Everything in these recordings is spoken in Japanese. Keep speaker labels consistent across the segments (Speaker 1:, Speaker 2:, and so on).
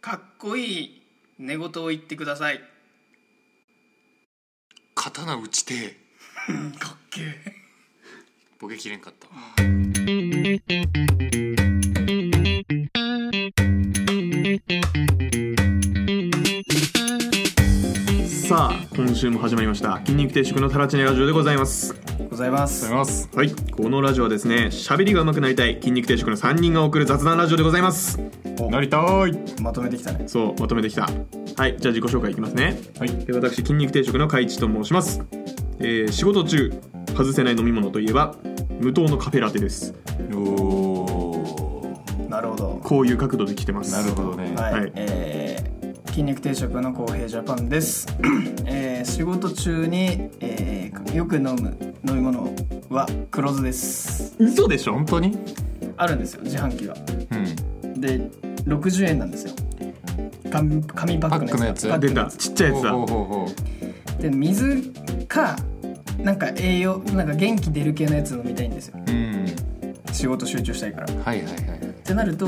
Speaker 1: かっこいい寝言を言ってください
Speaker 2: 刀打ちて
Speaker 1: かっけえ
Speaker 2: ボケきれんかったわ
Speaker 3: さあ今週も始まりました筋肉定食のタラチネラジオでございます
Speaker 1: ございます
Speaker 2: ます
Speaker 3: はいこのラジオはですね喋りが上手くなりたい筋肉定食の3人が送る雑談ラジオでございます
Speaker 2: なりたーい
Speaker 1: まとめてきたね
Speaker 3: そうまとめてきたはいじゃあ自己紹介いきますね
Speaker 2: はい
Speaker 3: で私筋肉定食の海地と申します、えー仕事中外せない飲み物といえば無糖のカフェラテです
Speaker 2: おー
Speaker 1: なるほど
Speaker 3: こういう角度で来てます
Speaker 2: なるほどね
Speaker 1: はい、
Speaker 3: はい
Speaker 1: えー筋肉定食の公平ジャパンです、えー仕事中に、えーよく飲む飲み物は黒酢です
Speaker 3: 嘘でしょ
Speaker 2: 本当に
Speaker 1: あるんですよ自販機が
Speaker 2: うん
Speaker 1: で60円なんですよ紙紙パックのやつ
Speaker 2: パッ
Speaker 3: 出たちっちゃいやつだ
Speaker 2: ほうほうほうほ
Speaker 1: で水かなんか栄養なんか元気出る系のやつ飲みたいんですよ
Speaker 2: ううん
Speaker 1: 仕事集中したいからっ
Speaker 2: はいはいはいはい
Speaker 1: てなると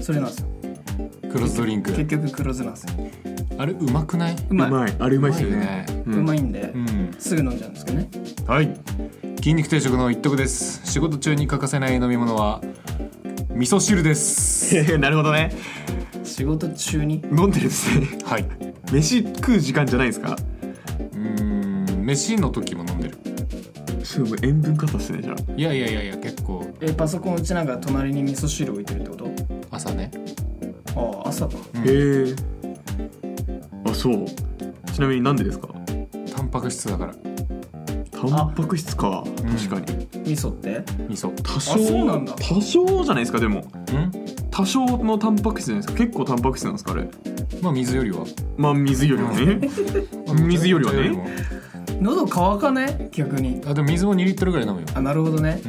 Speaker 1: それなんですよ
Speaker 2: クロスドリンク
Speaker 1: 結局黒酢なんですよ
Speaker 2: あれうまくないう
Speaker 3: う
Speaker 1: まい
Speaker 3: まいあれうまいですよね
Speaker 2: うまいね
Speaker 3: う
Speaker 1: うんまいんで、
Speaker 2: うん
Speaker 1: すぐ飲んじゃうんですけどね
Speaker 2: はい筋肉定食の一徳です仕事中に欠かせない飲み物は味噌汁です
Speaker 3: へへ なるほどね
Speaker 1: 仕事中に
Speaker 3: 飲んでるんですね
Speaker 2: はいう
Speaker 3: 飯食う時間じゃないですか
Speaker 2: ーん飯の時も飲んでる
Speaker 3: すごい塩分過多っすねじゃあ
Speaker 2: いやいやいやいや結構
Speaker 1: えパソコン打ちながら隣に味噌汁置いてるってこ
Speaker 2: 朝ね
Speaker 1: とああ朝か
Speaker 2: うん
Speaker 3: へえあそうちなみになんでですか
Speaker 2: タンパク質だから
Speaker 3: タンパク質か確かに、
Speaker 1: 味噌って
Speaker 2: 味噌
Speaker 3: 多
Speaker 1: あそうなん
Speaker 3: 少
Speaker 1: だ
Speaker 3: 多少じゃないですかでも
Speaker 2: うん
Speaker 3: 多少のタンパク質じゃないですか結構タンパク質なんですかあれ
Speaker 2: まあ水よりは
Speaker 3: まあ水よりもね水よりはね
Speaker 2: お茶も
Speaker 1: 喉乾かね逆に
Speaker 2: あでも水も2リットルぐらい飲むよ
Speaker 1: あなるほどね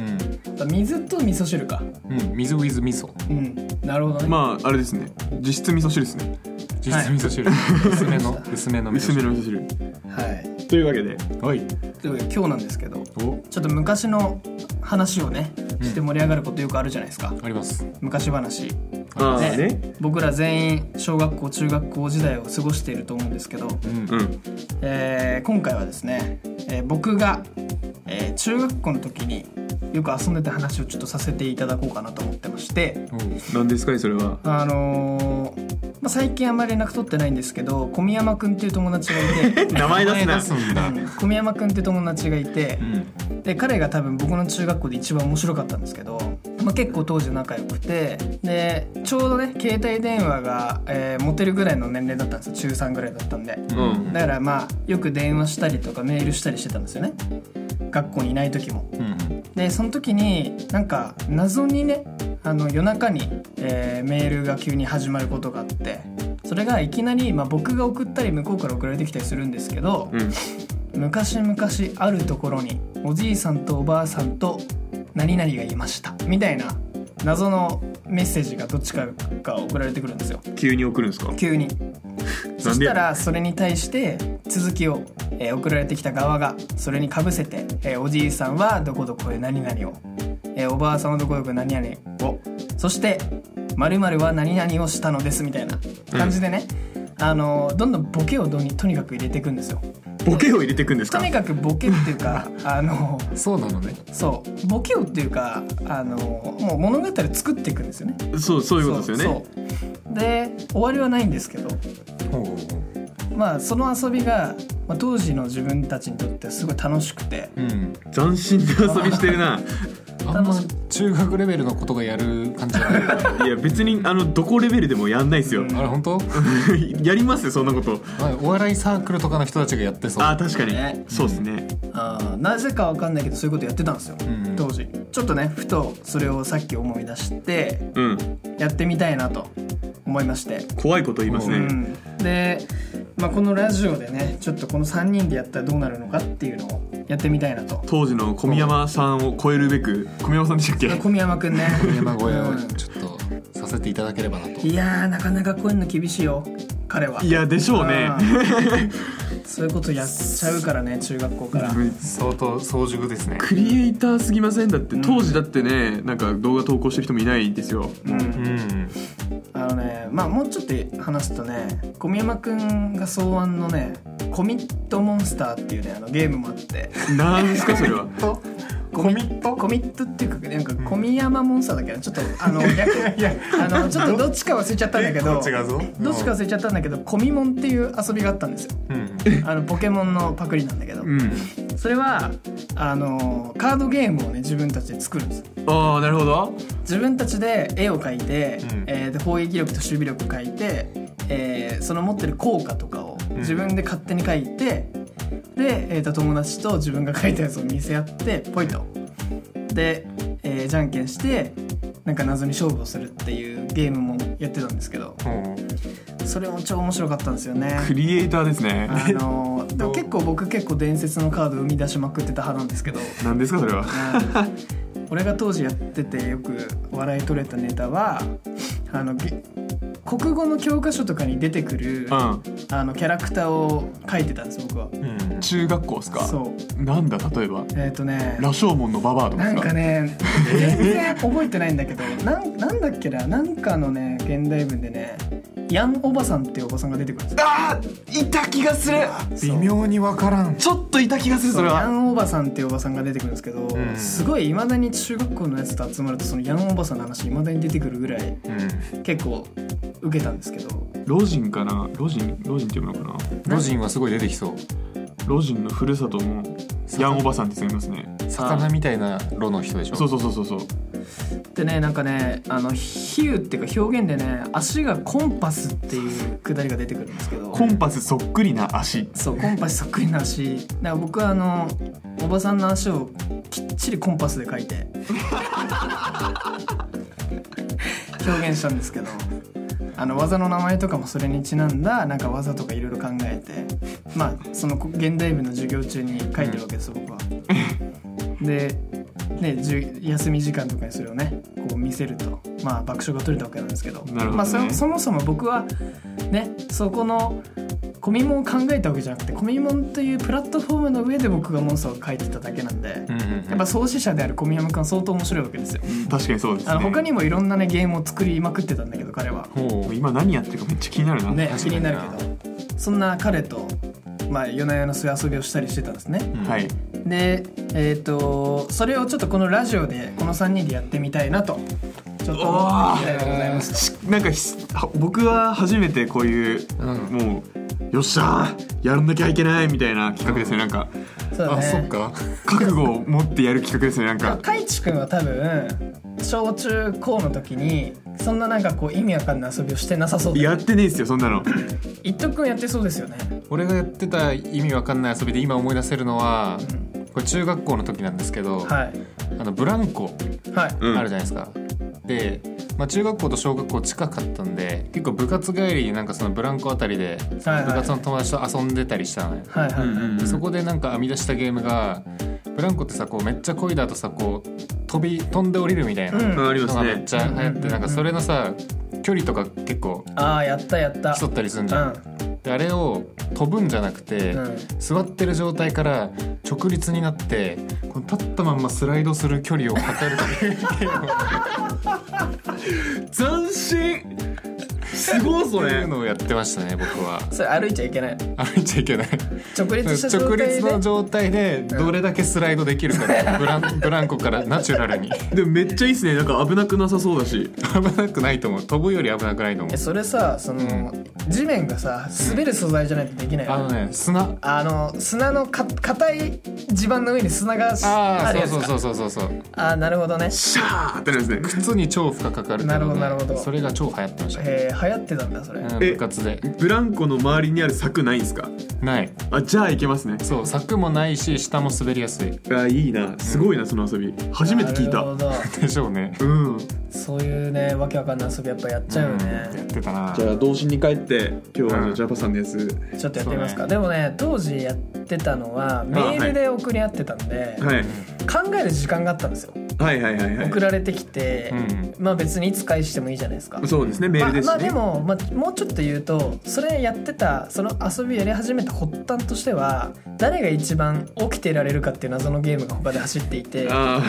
Speaker 2: う、ん、
Speaker 1: 水と味噌汁か
Speaker 2: うん、水 with 味噌
Speaker 1: うんなるほどね、
Speaker 3: まああれですね実質味噌汁ですね
Speaker 2: 実質味噌汁、薄めの薄めの味噌
Speaker 3: 薄め
Speaker 2: 汁
Speaker 3: の味噌汁
Speaker 1: はい
Speaker 3: というわけで
Speaker 2: はい
Speaker 1: というわけで今日なんですけど
Speaker 2: お
Speaker 1: ちょっと昔の話をねして盛り上がることよくあるじゃないですか、
Speaker 2: あります
Speaker 1: 昔話
Speaker 3: ああ
Speaker 1: ね
Speaker 3: ね
Speaker 1: 僕ら全員小学校中学校時代を過ごしていると思うんですけど、
Speaker 2: うん
Speaker 3: うん
Speaker 1: えー今回はですね、えー僕が、えー中学校の時によく遊んでた話をちょっとさせていただこうかなと思ってまして
Speaker 2: おう
Speaker 3: 何ですかねそれは
Speaker 1: あのーまあ、最近あんまり連絡取ってないんですけど小宮山くんっていう友達がいて
Speaker 3: 名前出す
Speaker 2: 名
Speaker 3: な
Speaker 2: 前んだ
Speaker 1: うん小宮山くんっていう友達がいて
Speaker 2: うん
Speaker 1: で彼が多分僕の中学校で一番面白かったんですけど、まあ、結構当時仲良くてでちょうどね携帯電話が、えー持てるぐらいの年齢だったんですよ中3ぐらいだったんで。
Speaker 3: う
Speaker 2: うん
Speaker 3: ん
Speaker 1: だからまあよく電話したりとかメールしたりしてたんですよね学校にいない時も
Speaker 2: うん
Speaker 1: でその時になんか謎にねあの夜中に、えーメールが急に始まることがあってそれがいきなり、まあ、僕が送ったり向こうから送られてきたりするんですけど
Speaker 3: うん
Speaker 1: 昔々あるところにおじいさんとおばあさんと何々がいましたみたいな謎のメッセージがどっちかが送られてくるんですよ
Speaker 3: 急に送るんですか
Speaker 1: 急 にそし
Speaker 3: で
Speaker 1: たらそれに対して続きを、えー送られてきた側がそれにかぶせて、えーおじいさんはどこどこへ何々を、えーおばあさんはどこどこへ何々をそして〇〇は何々をしたのですみたいな感じでね、あのーどんどんボケをどにとにかく入れていくんですよ
Speaker 3: ボケを入れていくんです
Speaker 1: と
Speaker 3: か
Speaker 1: にかくボケっていう かあのー
Speaker 2: そうなのね
Speaker 1: そうボケをっていうかあのーもう物語を作っていくんですよね
Speaker 3: そうそういうことですよね
Speaker 1: そうそうで終わりはないんですけど
Speaker 2: ほうほう
Speaker 1: まあその遊びが、まあ、当時の自分たちにとってはすごい楽しくて
Speaker 2: うん
Speaker 3: 斬新な遊びしてるな
Speaker 2: あんま
Speaker 1: 楽し
Speaker 2: 中学レベルのことがやる感じじゃない
Speaker 3: いや別にあのどこレベルでもやんないですよ
Speaker 1: うん
Speaker 2: あれ本当
Speaker 3: やりますよそんなこと
Speaker 2: あお笑いサークルとかの人たちがやってそう
Speaker 3: あー確かに
Speaker 1: ね
Speaker 3: そうですね
Speaker 1: あーなぜかわかんないけどそういうことやってたんですよ、
Speaker 2: うん
Speaker 1: 当時ちょっとねふとそれをさっき思い出して
Speaker 3: うん
Speaker 1: やってみたいなと思いまして、
Speaker 3: 怖いこと言います
Speaker 1: う
Speaker 3: ね
Speaker 1: ん、で、まあ、このラジオでねちょっとこの3人でやったらどうなるのかっていうのをやってみたいなと
Speaker 3: 当時の小宮山さんを超えるべく小宮山さんでしたっけ
Speaker 1: 小宮山くんね
Speaker 2: 山小屋
Speaker 1: う
Speaker 2: を
Speaker 1: ん
Speaker 2: ちょっとさせていただければなと
Speaker 1: いやーなかなかこういうの厳しいよ彼はい
Speaker 3: やでしょうね
Speaker 1: うんそういうことやっちゃうからね中学校から
Speaker 2: 相当早熟ですね
Speaker 3: クリエイターすぎませんだって当時だってねなんか動画投稿してる人もいないですよ
Speaker 1: うん
Speaker 2: うん
Speaker 1: あのねまあもうちょっと話すとね小宮山くんが草案のね「コミットモンスター」っていうねあのゲームもあ って
Speaker 3: なんですかそ れは
Speaker 1: と
Speaker 2: コミット
Speaker 1: コミットっていうかなんか小宮山モンスターだっけどちょっとあ の略あのちょっとどっちか忘れちゃったんだけど
Speaker 2: 結構違うぞ
Speaker 1: どっちか忘れちゃったんだけどコミモンっていう遊びがあったんですよ
Speaker 2: うん
Speaker 1: あのポケモンのパクリなんだけど
Speaker 3: うん
Speaker 1: それはあのカードゲームをね自分たちで作るんですよ
Speaker 3: ああなるほど
Speaker 1: 自分たちで絵を描いて、
Speaker 2: うん
Speaker 1: えーで砲撃力と守備力を描いて、えーその持ってる効果とかを
Speaker 2: ん
Speaker 1: 自分で勝手に描いて、で、えーと友達と自分が描いたやつを見せ合ってポイとで、えーじゃんけんしてなんか謎に勝負をするっていうゲームもやってたんですけど
Speaker 2: うん
Speaker 1: それも超面白かったんですよね。
Speaker 3: クリエイターですね
Speaker 1: あのーでも結構僕結構伝説のカード生み出しまくってた派なんですけど。
Speaker 3: なんですかそれは
Speaker 1: うん 俺が当時やっててよく笑い取れたネタはあのげ国語の教科書とかに出てくるあ
Speaker 3: う
Speaker 1: のキャラクターを描いてたんです僕は。
Speaker 2: うん
Speaker 3: ん中学校ですか
Speaker 1: そう
Speaker 3: なんだ例えば
Speaker 1: えっ、とね
Speaker 3: 羅生門のババアとか
Speaker 1: な
Speaker 3: です
Speaker 1: ん
Speaker 3: か
Speaker 1: かね全然覚えてないんだ けどなんなんだっけななんかのね現代文でねヤンおばさんっていうおばさんが出てくるんですよ
Speaker 3: あーいた気がする
Speaker 2: 微妙にわからん
Speaker 3: ちょっといた気がするそれ
Speaker 1: ヤ
Speaker 3: は
Speaker 1: ンおばさんっていうおばさんが出てくるんですけど、
Speaker 2: ん
Speaker 1: すごいいまだに中学校のやつと集まるとそのヤンおばさんの話いまだに出てくるぐらい
Speaker 2: うん
Speaker 1: 結構受けたんですけど
Speaker 3: ロジンかなロジンロジンって読むのかな
Speaker 2: ロジンはすごい出てきそう
Speaker 3: ロジンのふるさともヤンおばさんって言いますね
Speaker 2: 魚みたいなロの人でしょ
Speaker 3: そうそうそうそうそう
Speaker 1: でねなんかねあの比喩っていうか表現でね足がコンパスっていうくだりが出てくるんですけど
Speaker 3: コンパスそっくりな足
Speaker 1: そうコンパスそっくりな足だから僕はあのおばさんの足をきっちりコンパスで描いて 表現したんですけどあの技の名前とかもそれにちなんだなんか技とかいろいろ考えてまあその現代文の授業中に書いてるわけです、僕は。で、ね、じゅ休み時間とかにそれをねこう見せると、まあ、爆笑が取れたわけなんですけど
Speaker 3: なるほどね
Speaker 1: まあ、そそもそも僕はねそこのコミモンを考えたわけじゃなくてコミモンというプラットフォームの上で僕がモンスターを書いてただけなんで、
Speaker 2: うんうんうん
Speaker 1: やっぱ創始者である小宮山君は相当面白いわけですよ。
Speaker 3: 確かにそうです
Speaker 1: あ
Speaker 3: ね
Speaker 1: の他にもいろんなねゲームを作りまくってたんだけど彼は。
Speaker 2: ほう
Speaker 3: 今何やってるかめっちゃ気になるな、
Speaker 1: ね気
Speaker 2: 確か
Speaker 1: に
Speaker 2: に
Speaker 1: な
Speaker 2: な
Speaker 1: るけどそんな彼と、まあ、夜な夜なそういう遊びをしたりしてたんですね。
Speaker 3: はい
Speaker 1: でえっ、とそれをちょっとこのラジオでこの3人でやってみたいなとちょっと思ってみたいでございます
Speaker 3: しなんかひすは僕は初めてこういう、
Speaker 2: うん
Speaker 3: もうよっしゃーやらなきゃいけないみたいな企画ですね、なんか
Speaker 1: そうだ
Speaker 2: あ
Speaker 1: ね
Speaker 2: そっか
Speaker 3: 覚悟を持ってやる企画ですねなんか
Speaker 1: 太一くんは多分小中高の時にそんななんかこう意味わかんない遊びをしてなさそうだ
Speaker 3: や
Speaker 1: よ
Speaker 3: ってねえっすよそんなの
Speaker 1: 一徳くんやってそうですよね
Speaker 2: 俺がやってた意味わかんない遊びで今思い出せるのは、これ中学校の時なんですけど、
Speaker 1: はい
Speaker 2: あのブランコ
Speaker 1: はい、
Speaker 3: うん
Speaker 2: あるじゃないですか。で、まあ、中学校と小学校近かったんで結構部活帰りになんかそのブランコあたりでそ
Speaker 1: はい
Speaker 2: の部活の友達と遊んでたりしたのよ。
Speaker 1: はいはいはい、
Speaker 2: でそこでなんか編み出したゲームがブランコってさこうめっちゃ漕いだ後さこう飛び飛んで降りるみたいな
Speaker 1: うん
Speaker 2: の
Speaker 3: あります
Speaker 2: がめ
Speaker 3: ね
Speaker 2: っちゃ流行ってなんかそれのさ距離とか結構
Speaker 1: ああやったやった
Speaker 2: 競ったりするんじ
Speaker 1: う
Speaker 2: ゃん。
Speaker 1: ん
Speaker 2: であれを飛ぶんじゃなくて、
Speaker 1: うん
Speaker 2: 座ってる状態から直立になってこの立ったまんまスライドする距離を測るっていう
Speaker 3: 斬新すごいそ
Speaker 2: そうい
Speaker 3: れ
Speaker 2: うのをやってましたね僕は
Speaker 1: それ歩いちゃいけない
Speaker 2: 歩いちゃいけない
Speaker 1: 直立した状
Speaker 2: 直
Speaker 1: 態で
Speaker 2: 立の状態でどれだけスライドできるか、ブ ランブランコからナチュラルに
Speaker 3: でもめっちゃいいっすねなんか危なくなさそうだし
Speaker 2: 危なくないと思う飛ぶより危なくないと思う
Speaker 1: えそれさその、
Speaker 2: う
Speaker 1: 地面がさ滑る素材じゃないとできないよ
Speaker 2: あのね砂
Speaker 1: あの砂のか硬い地盤の上に砂が
Speaker 2: あ
Speaker 1: あ
Speaker 2: あ
Speaker 1: るや
Speaker 2: そう
Speaker 1: つ
Speaker 2: そう
Speaker 1: か
Speaker 2: そうそうそうそう
Speaker 1: ああなるほどね
Speaker 3: シャーってなるんですね
Speaker 2: 靴に超負荷かかるけ
Speaker 1: なるほどなるほど
Speaker 2: それが超流行ってました、
Speaker 1: へえ流行ってたんだそれ、
Speaker 2: うん、部活で
Speaker 3: ブランコの周りにある柵ないんすか
Speaker 2: ない
Speaker 3: あじゃあいけますね
Speaker 2: そう柵もないし下も滑りやすい
Speaker 3: あいいなすごいなその遊び初めて聞い
Speaker 1: なるほ
Speaker 3: た
Speaker 1: ど
Speaker 2: でしょうね
Speaker 3: うん
Speaker 1: そういうねわけわかんない遊びやっぱやっちゃうよね
Speaker 2: ん、やってたな
Speaker 3: じゃあ童心に帰って今日は
Speaker 2: うん
Speaker 3: ジャパさんのやつ
Speaker 1: ちょっとやってみますか、
Speaker 2: そう
Speaker 1: でもね当時やってたのはメールで送り合ってたんで、
Speaker 3: はい
Speaker 1: 考える時間があったんですよ
Speaker 3: はいはいはいはい
Speaker 1: 送られてきて、
Speaker 2: うん
Speaker 1: まあ別にいつ返してもいいじゃないですか
Speaker 3: そうですねメールです
Speaker 1: まあ、
Speaker 3: し
Speaker 1: まあで
Speaker 3: ね
Speaker 1: も、まあ、もうちょっと言うとそれやってたその遊びやり始めた発端としては誰が一番起きてられるかっていう謎のゲームが他で走っていて
Speaker 3: あ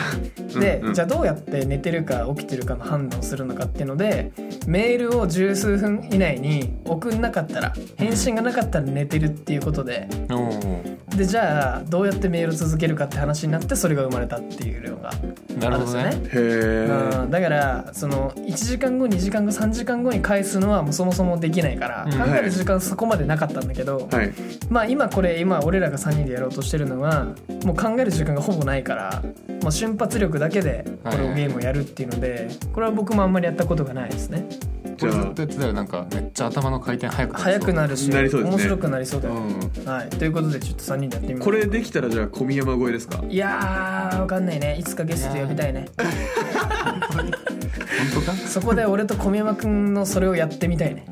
Speaker 3: あ
Speaker 1: で、じゃあ
Speaker 3: あ
Speaker 1: どうやって寝てるか起きてるかの判断をするのかっていうのでメールを十数分以内に送んなかったら返信がなかったら寝てるっていうことで
Speaker 2: おー
Speaker 1: でじゃあどうやってメールを続けるかって話になってそれが生まれたっていうのがあ
Speaker 2: な
Speaker 1: る
Speaker 2: る
Speaker 1: んで
Speaker 2: ほ
Speaker 1: す
Speaker 2: ど
Speaker 1: よね。
Speaker 2: ね。
Speaker 3: え
Speaker 1: うん、だからその1時間後2時間後3時間後に返すのはもうそもそもできないから、
Speaker 2: うん
Speaker 1: 考える時間そこまでなかったんだけど、
Speaker 3: はい
Speaker 1: まあ今これ今俺らが3人でやろうとしてるのはもう考える時間がほぼないから、まあ、瞬発力だけでこれをゲームをやるっていうので、これは僕もあんまりやったことがないですね
Speaker 3: じ
Speaker 2: これ
Speaker 3: ゃあ
Speaker 2: ずっとやってたらなんかめっちゃ頭の回転速くなりそう
Speaker 1: 速くなるし、
Speaker 3: なりそうですね
Speaker 1: 面白くなりそうだ
Speaker 2: う
Speaker 1: よ、
Speaker 2: ん。
Speaker 1: はい、ということでちょっと3人でやってみます
Speaker 3: これできたらじゃあ小宮山超えですか
Speaker 1: いやーわかんないねいつかゲスト呼びたいね
Speaker 2: 本当か？
Speaker 1: そこで俺と小宮山くんのそれをやってみたいね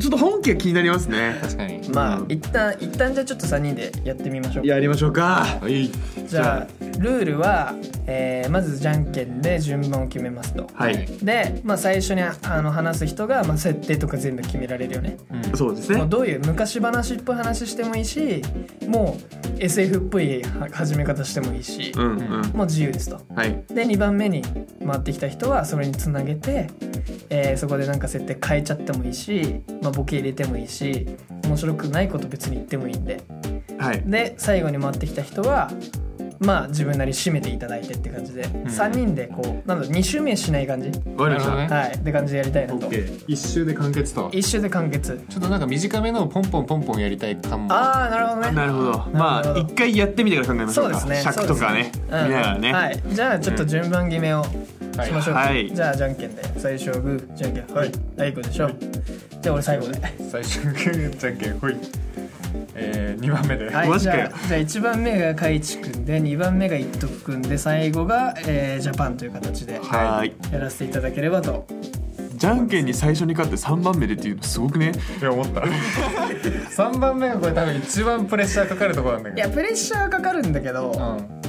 Speaker 3: ちょっと本家気になりますね
Speaker 2: 確かに。
Speaker 1: まあ、
Speaker 3: うん
Speaker 1: 一旦一旦じゃあちょっと3人でやってみましょう
Speaker 3: やりましょうか
Speaker 2: はい。
Speaker 1: じゃあルールは、えーまずじゃんけんで順番を決めますと
Speaker 3: はい
Speaker 1: で、まあ、最初にああの話す人が、まあ、設定とか全部決められるよね
Speaker 3: そうです
Speaker 1: もう
Speaker 3: ね
Speaker 1: どういう昔話っぽい話してもいいしもう SF っぽいは始め方してもいいし、
Speaker 3: うんうん
Speaker 1: もう自由ですと
Speaker 3: はい
Speaker 1: で2番目に回ってきた人はそれにつなげて、えーそこでなんか設定変えちゃってもいいし、まあ、ボケ入れてもいいし面白くないこと別に言ってもいいんで
Speaker 3: はい
Speaker 1: で最後に回ってきた人はまあ自分なり締めていただいてって感じで、3人でこうなんだろう2周目しない感じ、
Speaker 3: わかりま
Speaker 2: なる
Speaker 3: し
Speaker 2: ほどね
Speaker 3: た
Speaker 1: はいって感じでやりたいなと、
Speaker 2: OK 一周で完結と。
Speaker 1: 一周で完結
Speaker 2: ちょっとなんか短めのをポンポンポンポンやりたい感も。
Speaker 1: ああなるほどね
Speaker 3: なるほど
Speaker 1: なる
Speaker 3: ま
Speaker 1: ほ
Speaker 3: あ
Speaker 1: ど
Speaker 3: 一回やってみてから考えまし
Speaker 1: そ
Speaker 3: ょ
Speaker 1: うう
Speaker 3: か
Speaker 1: ですね
Speaker 3: 尺とかね
Speaker 1: そ
Speaker 3: 見
Speaker 1: うです
Speaker 3: ながらね
Speaker 1: はいじゃあちょっと順番決めをしましょうか、
Speaker 3: はいはい
Speaker 1: じゃあじゃんけんで最初はグーじゃんけんはい大工でしょ、じゃあ俺最後で
Speaker 2: 最初のグーじゃんけんほい。えー二番目で。
Speaker 1: はい
Speaker 3: マジ
Speaker 1: じ
Speaker 3: か
Speaker 1: ゃ
Speaker 3: よ
Speaker 1: あじゃあ1番目がかいちくんで2番目がいっとくんで最後が、えージャパンという形で
Speaker 3: は
Speaker 1: や
Speaker 3: ーい
Speaker 1: らせていただければと
Speaker 3: じゃんけんに最初に勝って3番目でっていうのすごくね
Speaker 2: いや思った。 三番目がこれ多分一番プレッシャーかかるところなんだ
Speaker 1: い
Speaker 2: け
Speaker 1: やプレッシャーはかかるんだけど、
Speaker 2: ど。うん。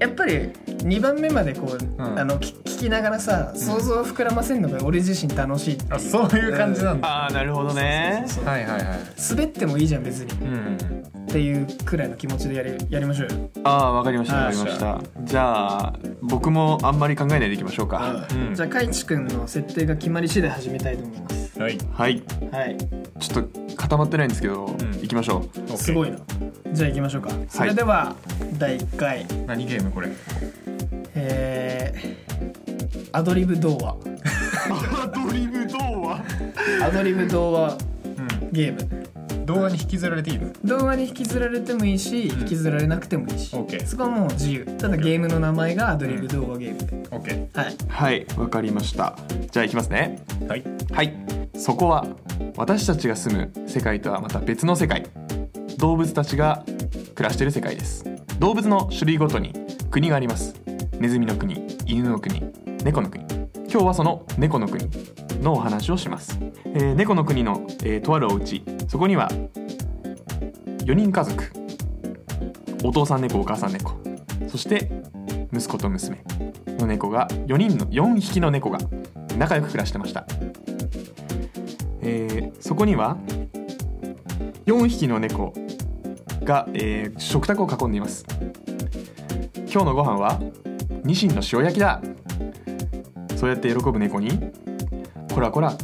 Speaker 1: やっぱり2番目までこう、
Speaker 2: ん
Speaker 1: あの聞聞きながらさ想像を膨らませるのが俺自身楽しいっていう
Speaker 2: あそういう感じなんだ。
Speaker 3: ああなるほどね
Speaker 2: はいはいはい。
Speaker 1: 滑ってもいいじゃん別に
Speaker 2: うん。
Speaker 1: っていうくらいの気持ちでやりやりましょうよ
Speaker 3: ああわかりましたわ
Speaker 1: は
Speaker 3: か
Speaker 1: い
Speaker 3: りましたじゃあ僕もあんまり考えないでいきましょうか
Speaker 2: うん
Speaker 1: じゃあかいちくんの設定が決まり次第始めたいと思います
Speaker 2: はい。
Speaker 3: はい
Speaker 1: はい
Speaker 3: ちょっと固まってないんですけど
Speaker 2: ん
Speaker 3: 行きましょ う
Speaker 1: すごいなじゃあ行きましょうかそれでは、第1回
Speaker 2: 何ゲームこれ。
Speaker 1: えーアドリブ童話
Speaker 3: アドリブ童話
Speaker 1: アドリブ童話
Speaker 2: う
Speaker 1: ゲーム
Speaker 2: ん。動画に引きずられていいの。
Speaker 1: 童話に引きずられてもいいし、引きずられなくてもいいし、
Speaker 2: オッケー
Speaker 1: そこはもう自由ただゲームの名前がアドリブ童話ゲームで、
Speaker 2: オッケー。
Speaker 1: はい
Speaker 3: はいわかりましたじゃあ行きますね
Speaker 2: はい。
Speaker 3: はいそこは私たちが住む世界とはまた別の世界動物たちが暮らしている世界です動物の種類ごとに国がありますネズミの国犬の国猫の国今日はその猫の国のお話をします、えー猫の国の、えーとあるお家そこには4人家族お父さん猫お母さん猫そして息子と娘の猫が4人の4匹の猫が仲良く暮らしてましたえーそこには4匹の猫が、えー食卓を囲んでいます今日のご飯はニシンの塩焼きだそうやって喜ぶ猫に「こらこら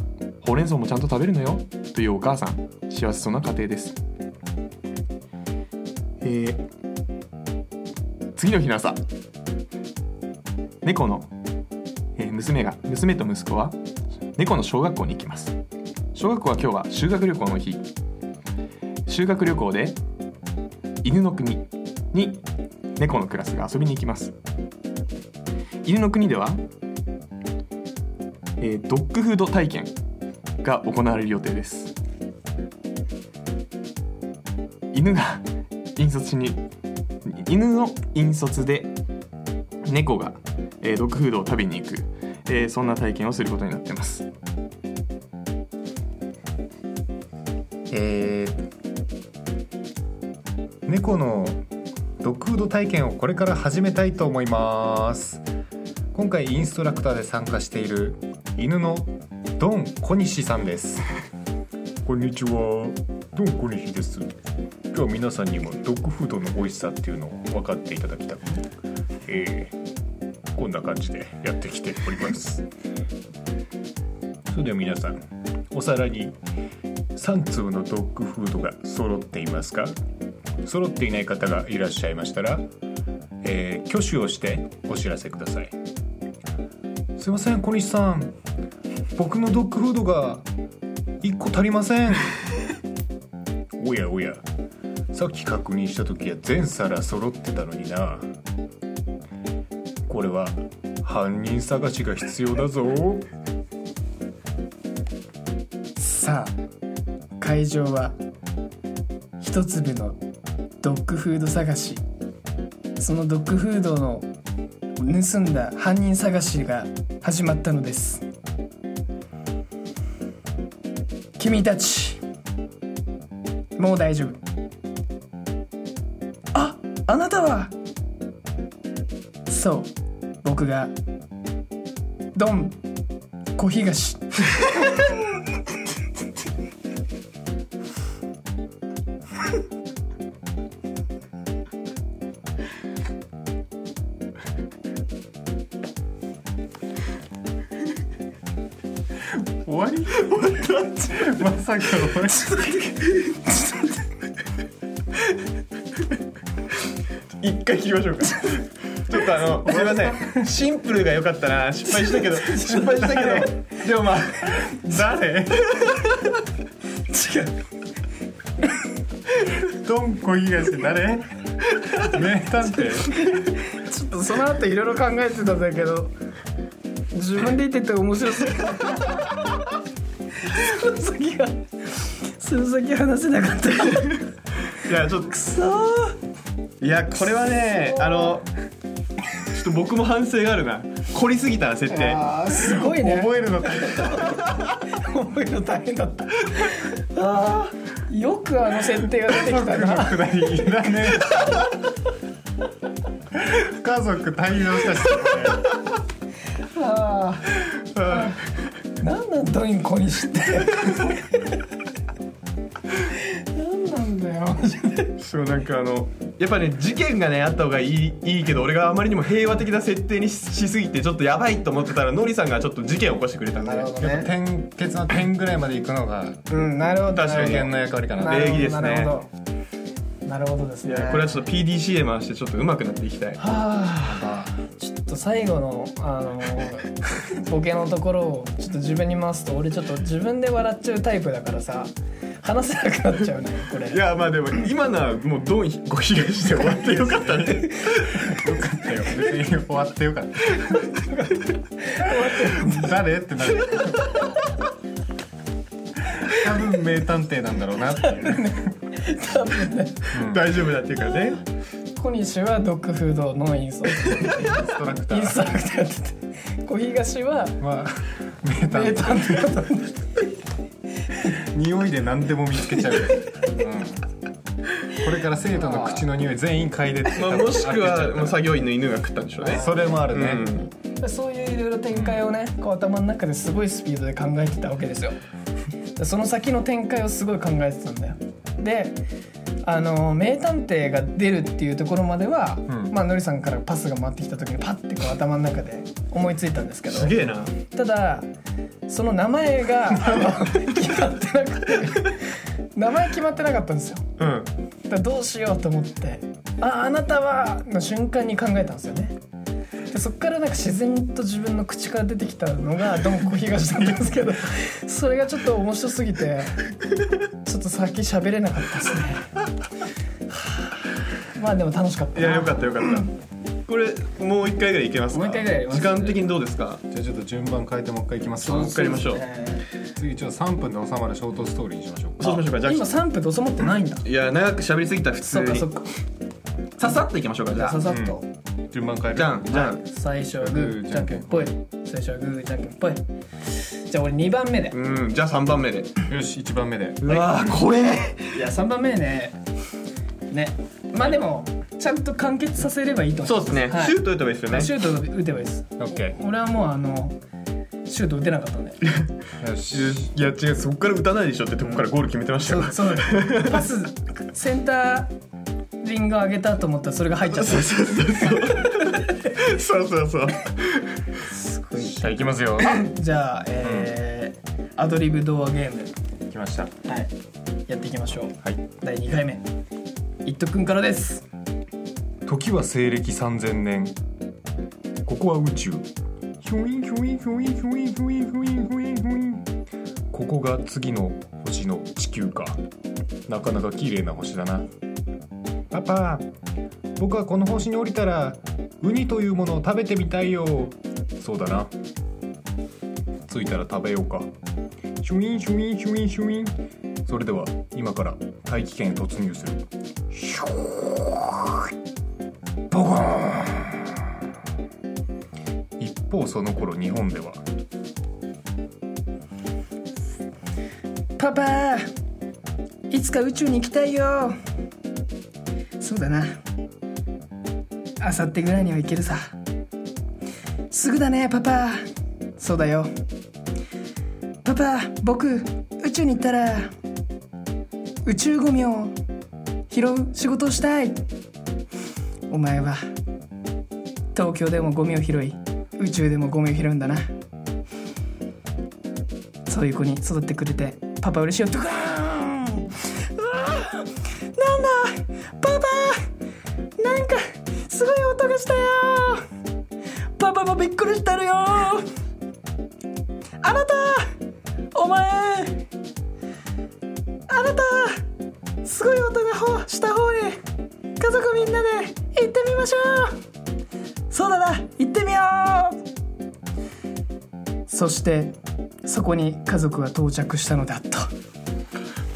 Speaker 3: ほうれん草もちゃんと食べるのよ」というお母さん幸せそうな家庭ですえー次の日の朝猫の、えー娘が娘と息子は猫の小学校に行きます小学校は今日は修学旅行の日修学旅行で犬の国に猫のクラスが遊びに行きます犬の国では、えードッグフード体験が行われる予定です犬が引率しに犬の引率で猫が、えードッグフードを食べに行く、えーそんな体験をすることになってます
Speaker 2: えー、猫のドッグフード体験をこれから始めたいと思います今回インストラクターで参加している犬のドン小西さんです こんにちはドン小西です今日皆さんにもドッグフードの美味しさっていうのを分かっていただきたく、えーこんな感じでやってきており ますそれでは皆さんお皿に3通のドッグフードが揃っていますか揃っていない方がいらっしゃいましたら、えー挙手をしてお知らせくださいすいません小西さん僕のドッグフードが1個足りません おやおやさっき確認した時は全皿揃ってたのになこれは犯人探しが必要だぞ
Speaker 1: さあ会場は一粒のドッグフード探しそのドッグフードの盗んだ犯人探しが始まったのです君たちもう大丈夫ああなたはそう僕がドン小東
Speaker 3: 終わり
Speaker 2: まさか俺
Speaker 3: 一回切りましょう かちょっとあのごめんなさいシンプルが良かったな失敗した けど失敗したけどでもまあ
Speaker 2: 誰ドンコ東誰名探偵
Speaker 1: ちょっとその後いろいろ考えてたんだけど自分で言ってて面白すぎてその先がその先話せなかった
Speaker 3: いやちょっと
Speaker 1: くそー
Speaker 3: いやこれはねあのちょっと僕も反省があるな凝りすぎたな設定
Speaker 1: あーすごいね
Speaker 2: 覚えるの大変
Speaker 1: 覚えるの大変だったあーよくあの設定が出てきたな
Speaker 2: くないいらねえ家族対応したし
Speaker 1: あーなんなんドインコにしてなんなんだよマジで
Speaker 3: そうなんかあのやっぱね事件がねあった方がいいいいけど俺があまりにも平和的な設定にししすぎてちょっとやばいと思ってたらノリさんがちょっと事件を起こしてくれたんで
Speaker 1: なるほどね
Speaker 2: 点ケツの点ぐらいまで行くのが
Speaker 1: うんなるほど
Speaker 3: 確かに
Speaker 2: 人間の役割かな
Speaker 1: なるほど
Speaker 3: 礼儀ですね
Speaker 1: なるほどなるほどです
Speaker 3: い
Speaker 1: ね
Speaker 3: やこれはちょっと PDCA 回してちょっと上手くなっていきた
Speaker 1: は
Speaker 3: い
Speaker 1: あちょっと最後のあのーボケのところをちょっと自分に回すと俺ちょっと自分で笑っちゃうタイプだからさ話せなくなっちゃうねこれ
Speaker 3: いやまあでも今のはもうドンご被害して終わってよかったね
Speaker 2: 別に終わってよかった誰ってなる多分名探偵なんだろうなっていう
Speaker 1: 多分ね
Speaker 3: 大丈夫だっていうからね
Speaker 1: 小西はドッグフードのインスト
Speaker 2: インストラクタ
Speaker 1: インスト
Speaker 2: ー
Speaker 1: ラクターやってて小東は
Speaker 2: は名探
Speaker 1: 名
Speaker 2: 偵
Speaker 1: 探偵だった
Speaker 2: 匂いで何でも見つけちゃう、うん、これから生徒の口の匂い全員嗅いでって
Speaker 3: まあ、もしくはもう作業員の犬が食ったんでしょうね
Speaker 2: それもあるね、
Speaker 3: うん
Speaker 1: そういういろいろ展開をねこう頭の中ですごいスピードで考えてたわけですよでその先の展開をすごい考えてたんだよであの名探偵が出るっていうところまでは、
Speaker 2: うん
Speaker 1: まあのりさんからパスが回ってきた時にパッてこう頭の中で思いついたんですけど
Speaker 3: すげえな
Speaker 1: ただその名前 があの決まってなくて名前決まってなかったんですよ
Speaker 3: うん
Speaker 1: だからどうしようと思って「ああなたは」の瞬間に考えたんですよねでそっからなんか自然と自分の口から出てきたの がどうも小東だったんですけどそれがちょっと面白すぎてちょっと先喋れなかったですねはあ まあでも楽しかった
Speaker 3: い
Speaker 1: な
Speaker 3: やよかったよかったこれもう一回ぐらいいけますか
Speaker 1: もう一回ぐらいやります
Speaker 3: 時間的にどうですか
Speaker 2: じゃあちょっと順番変えてもう一回いきますか
Speaker 3: もう一回やりましょう
Speaker 1: え
Speaker 2: 次ちょっと3分で収まるショートストーリーにしましょうか
Speaker 3: そうしましょうかじゃ
Speaker 1: ー
Speaker 3: あ
Speaker 1: 今3分で収まってないんだ
Speaker 3: いや長く喋りすぎたら普通
Speaker 1: そっか
Speaker 3: に
Speaker 1: そっか
Speaker 3: ささっといきましょうかじゃ
Speaker 1: さ
Speaker 3: あ
Speaker 1: さっと、
Speaker 2: 順番変える
Speaker 3: じゃんじゃん
Speaker 1: 最初はグーじゃんけんぽい最初はグーじゃんけんぽいじゃあ俺2番目で
Speaker 3: うんじゃあ3番目で
Speaker 2: よし1番目で
Speaker 3: うわーこれ
Speaker 1: いや3番目ねねまあでもちゃんと完結させればいいと
Speaker 3: そ
Speaker 1: 思
Speaker 3: うですね
Speaker 1: はい
Speaker 3: シュート打てばいいですよ
Speaker 1: う
Speaker 3: ね
Speaker 1: シュート打てばいいです
Speaker 2: OK
Speaker 1: 俺はもうあのシュート打てなかったんで
Speaker 2: よし
Speaker 3: いや違うそこから打たないでしょってとこからゴール決めてました
Speaker 1: そ
Speaker 3: よ
Speaker 1: うそうパスセンターリング上げたと思ったらそれが入っちゃった
Speaker 3: そうそう そう
Speaker 1: すごい
Speaker 2: じゃあいきますよ
Speaker 1: じゃあ、えーアドリブ童話ゲーム、
Speaker 2: 来ましたは
Speaker 1: はい、やっていきましょう
Speaker 2: い
Speaker 1: 第2回目いっとくんからです
Speaker 2: 時は西暦3000年ここは宇宙ひょいんひょいんひょいんひょいんひょいんひょいんひょいんひょいんここが次の星の地球かなかなか綺麗な星だなパパ僕はこの星に降りたらウニというものを食べてみたいよそうだな着いたら食べようかシュインシュインシュインシュインそれでは今から大気圏へ突入するシュボコーン一方その頃日本では
Speaker 1: パパいつか宇宙に行きたいよそうだなあさってぐらいには行けるさすぐだねパパそうだよパパ僕宇宙に行ったら宇宙ゴミを拾う仕事をしたいお前は東京でもゴミを拾い宇宙でもゴミを拾うんだなそういう子に育ってくれてパパ嬉しいよドカーンうわーなんだパパなんかすごい音がしたよパパもびっくりしてるよあなたお前あなたすごい音がほした方へ家族みんなで行ってみましょうそうだな行ってみようそしてそこに家族が到着したのであった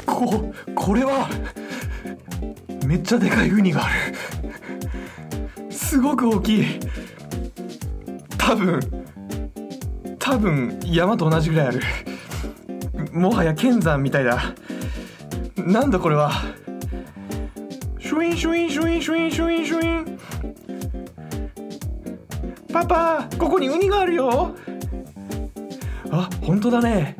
Speaker 3: ここれはめっちゃでかいウニがあるすごく大きい多分多分山と同じぐらいあるもはや剣山みたいだなんだこれはシュインシュインシュインシュインシュインシュインパパここにウニがあるよあ本当だね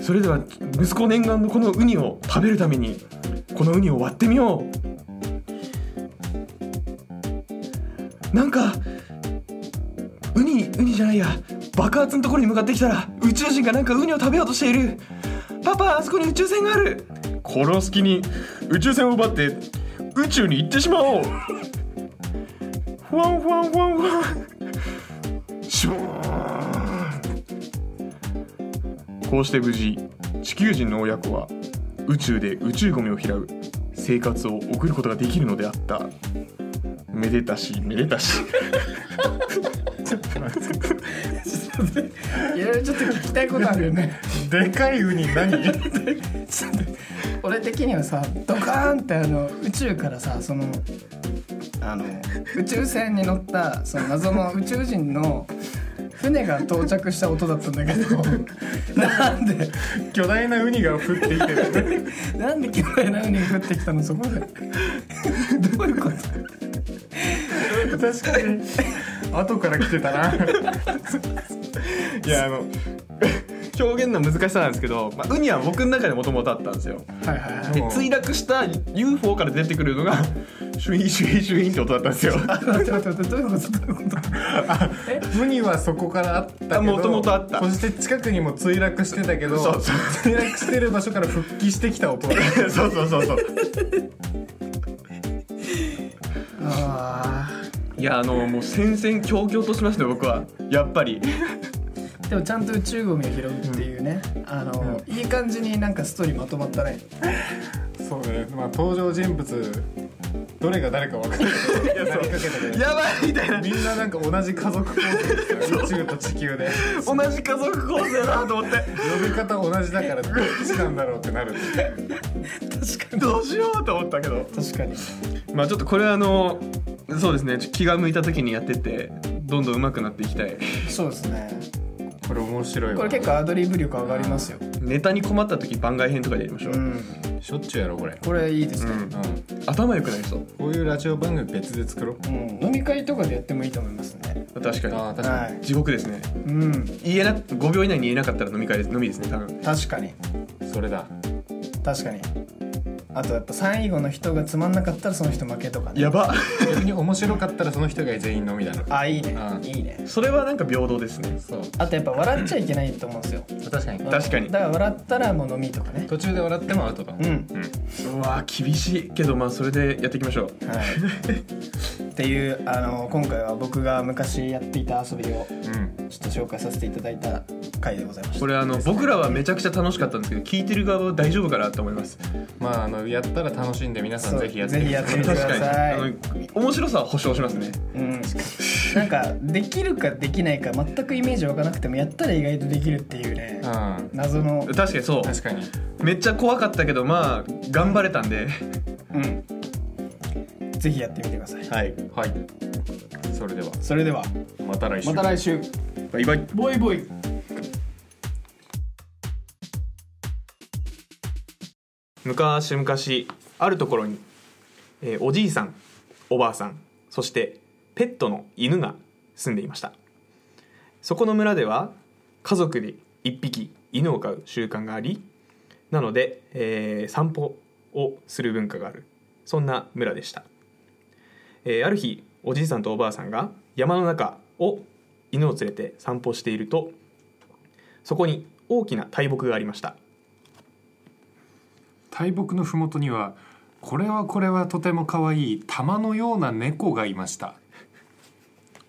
Speaker 3: それでは息子念願のこのウニを食べるためにこのウニを割ってみようなんかウニウニじゃないや爆発のところに向かってきたら宇宙人がなんかウニを食べようとしているパパあそこに宇宙船があるこの隙に宇宙船を奪って宇宙に行ってしまおうふわんふわんふわんふわんしぼーんこうして無事地球人の親子は宇宙で宇宙ゴミを拾う生活を送ることができるのであっためでたしめでたし
Speaker 1: いろいろちょっと聞きたいことあるよね
Speaker 2: でかいウニ何
Speaker 1: ちょっと俺的にはさドカーンってあの宇宙からさそのあの宇宙船に乗ったその謎の宇宙人の船が到着した音だったんだけどなんで
Speaker 2: 巨大なウニが降ってきてる
Speaker 1: なんで巨大なウニが降ってきたのそこでどういうこと
Speaker 2: 確かに後から来てたな
Speaker 3: いやあの 表現の難しさなんですけど、まあ、ウニは僕の中でもともとあったんですよ
Speaker 1: はいはいはい
Speaker 3: で
Speaker 2: うん
Speaker 3: 墜落した UFO から出てくるのが シュインシュインシュインって音だったんですよ
Speaker 1: 待って待って待ってどういうことどういうこと
Speaker 2: ウニはそこからあったけど
Speaker 3: あ元々あった
Speaker 2: そして近くにも墜落してたけど
Speaker 3: そうそう
Speaker 2: 墜落してる場所から復帰してきた音
Speaker 3: そうそうそうそう
Speaker 1: ああ
Speaker 3: いやあのもう戦々恐々としましたよ僕はやっぱり
Speaker 1: でもちゃんと宇宙ゴミを拾うっていうね、あの、いい感じになんかストーリーまとまったね
Speaker 2: そうねまあ登場人物どれが誰か分かんないけどなりかけたけど
Speaker 3: やばいみたいな
Speaker 2: みんななんか同じ家族構成ですよ宇宙と地球で
Speaker 3: 同じ家族構成だなと思って
Speaker 2: 呼び方同じだからどっちなんだろうってなる
Speaker 1: 確か
Speaker 3: どうしようと思ったけど
Speaker 1: に確かに
Speaker 3: まあちょっとこれはあのそうですねちょ気が向いた時にやってってどんどん上手くなっていきたい
Speaker 1: そうですね
Speaker 2: これ面白いわ
Speaker 1: これ結構アドリブ力上がりますよ
Speaker 3: ネタに困った時番外編とかでやりましょう、
Speaker 1: うん
Speaker 2: しょっちゅうやろこれ、
Speaker 1: これいいですね
Speaker 3: うん
Speaker 2: うん、
Speaker 3: 頭良くなりそう
Speaker 2: こういうラジオ番組別で作ろう
Speaker 1: うん、飲み会とかでやってもいいと思いますね
Speaker 3: 確かに
Speaker 2: ああ確
Speaker 1: は
Speaker 2: か
Speaker 1: い
Speaker 3: 地獄ですね
Speaker 1: うん
Speaker 3: 言えな5秒以内に言えなかったら飲み会です飲みですね多分
Speaker 1: 確かに
Speaker 2: にそれだ
Speaker 1: 確かにあとやっぱ最後の人がつまんなかったらその人負けとかね
Speaker 3: やば
Speaker 2: 逆に面白かったらその人以外全員のみだな
Speaker 1: あいいね
Speaker 2: うん
Speaker 1: いいね
Speaker 3: それはなんか平等ですね
Speaker 2: そう
Speaker 1: あとやっぱ笑っちゃいけないと思うんですよ
Speaker 2: 確かに
Speaker 3: 確かに
Speaker 1: だから笑ったらもう飲みとかね
Speaker 2: 途中で笑ってもアウトだもん
Speaker 1: うん
Speaker 3: うわ厳しいけどまあそれでやっていきましょう
Speaker 1: はいっていうあの今回は僕が昔やっていた遊びをちょっ
Speaker 2: うん
Speaker 1: と紹介させていただいた回でございました
Speaker 3: これあの僕らはめちゃくちゃ楽しかったんですけど聞いてる側は大丈夫かなと思います
Speaker 2: まああのやったら楽しんで皆さ
Speaker 1: そ
Speaker 2: ん
Speaker 1: う
Speaker 2: ぜひやってみ
Speaker 1: ぜひやってみ
Speaker 3: 確
Speaker 1: てください
Speaker 3: かにあの面白さは保証しますね
Speaker 1: うん、なんかできるかできないか全くイメージ湧かなくてもやったら意外とできるっていうね
Speaker 2: うん
Speaker 1: 謎の
Speaker 3: 確かにそう
Speaker 2: 確かに
Speaker 3: めっちゃ怖かったけどまあ頑張れたんで
Speaker 1: うんぜひやってみてください
Speaker 3: はい
Speaker 2: はいそれでは
Speaker 1: それでは
Speaker 2: また来週
Speaker 1: また来週
Speaker 3: バイバイ
Speaker 1: ボイボイ
Speaker 3: 昔昔あるところに、えーおじいさんおばあさんそしてペットの犬が住んでいましたそこの村では家族で1匹犬を飼う習慣がありなので、えー散歩をする文化があるそんな村でした、えーある日おじいさんとおばあさんが山の中を犬を連れて散歩しているとそこに大きな大木がありました
Speaker 2: 大木の麓にはこれはこれはとても可愛い玉のような猫がいました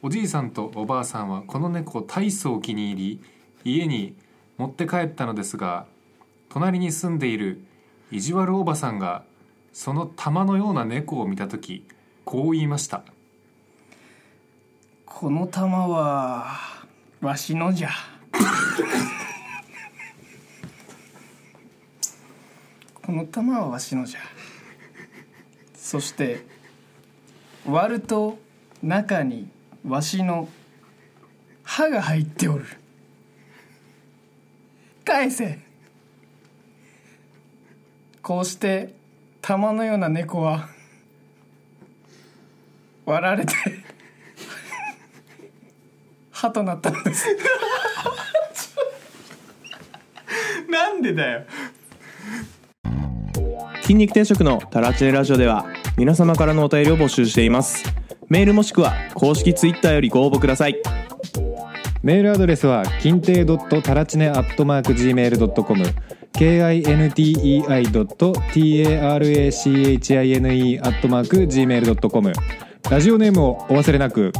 Speaker 2: おじいさんとおばあさんはこの猫を大層お気に入り家に持って帰ったのですが隣に住んでいる意地悪おばさんがその玉のような猫を見た時こう言いました
Speaker 1: この玉はわしのじゃ この玉はわしのじゃそして割ると中にわしの歯が入っておる返せこうして玉のような猫は割られて歯となったのです
Speaker 3: なんでだよ
Speaker 4: 筋肉定食のタラチネラジオでは皆様からのお便りを募集していますメールもしくは公式ツイッターよりご応募ください
Speaker 2: メールアドレスは金亭ドットタラチネアットマーク gmail ドットコム k i n t e i ドット t a r a c h i n e アットマーク gmail ドットコムラジオネームをお忘れなく。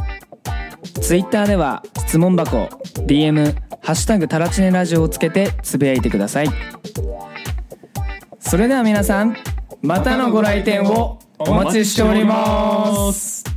Speaker 5: ツイッターでは質問箱 DM「ハッシュタグタラチネラジオ」をつけてつぶやいてくださいそれでは皆さんまたのご来店をお待ちしております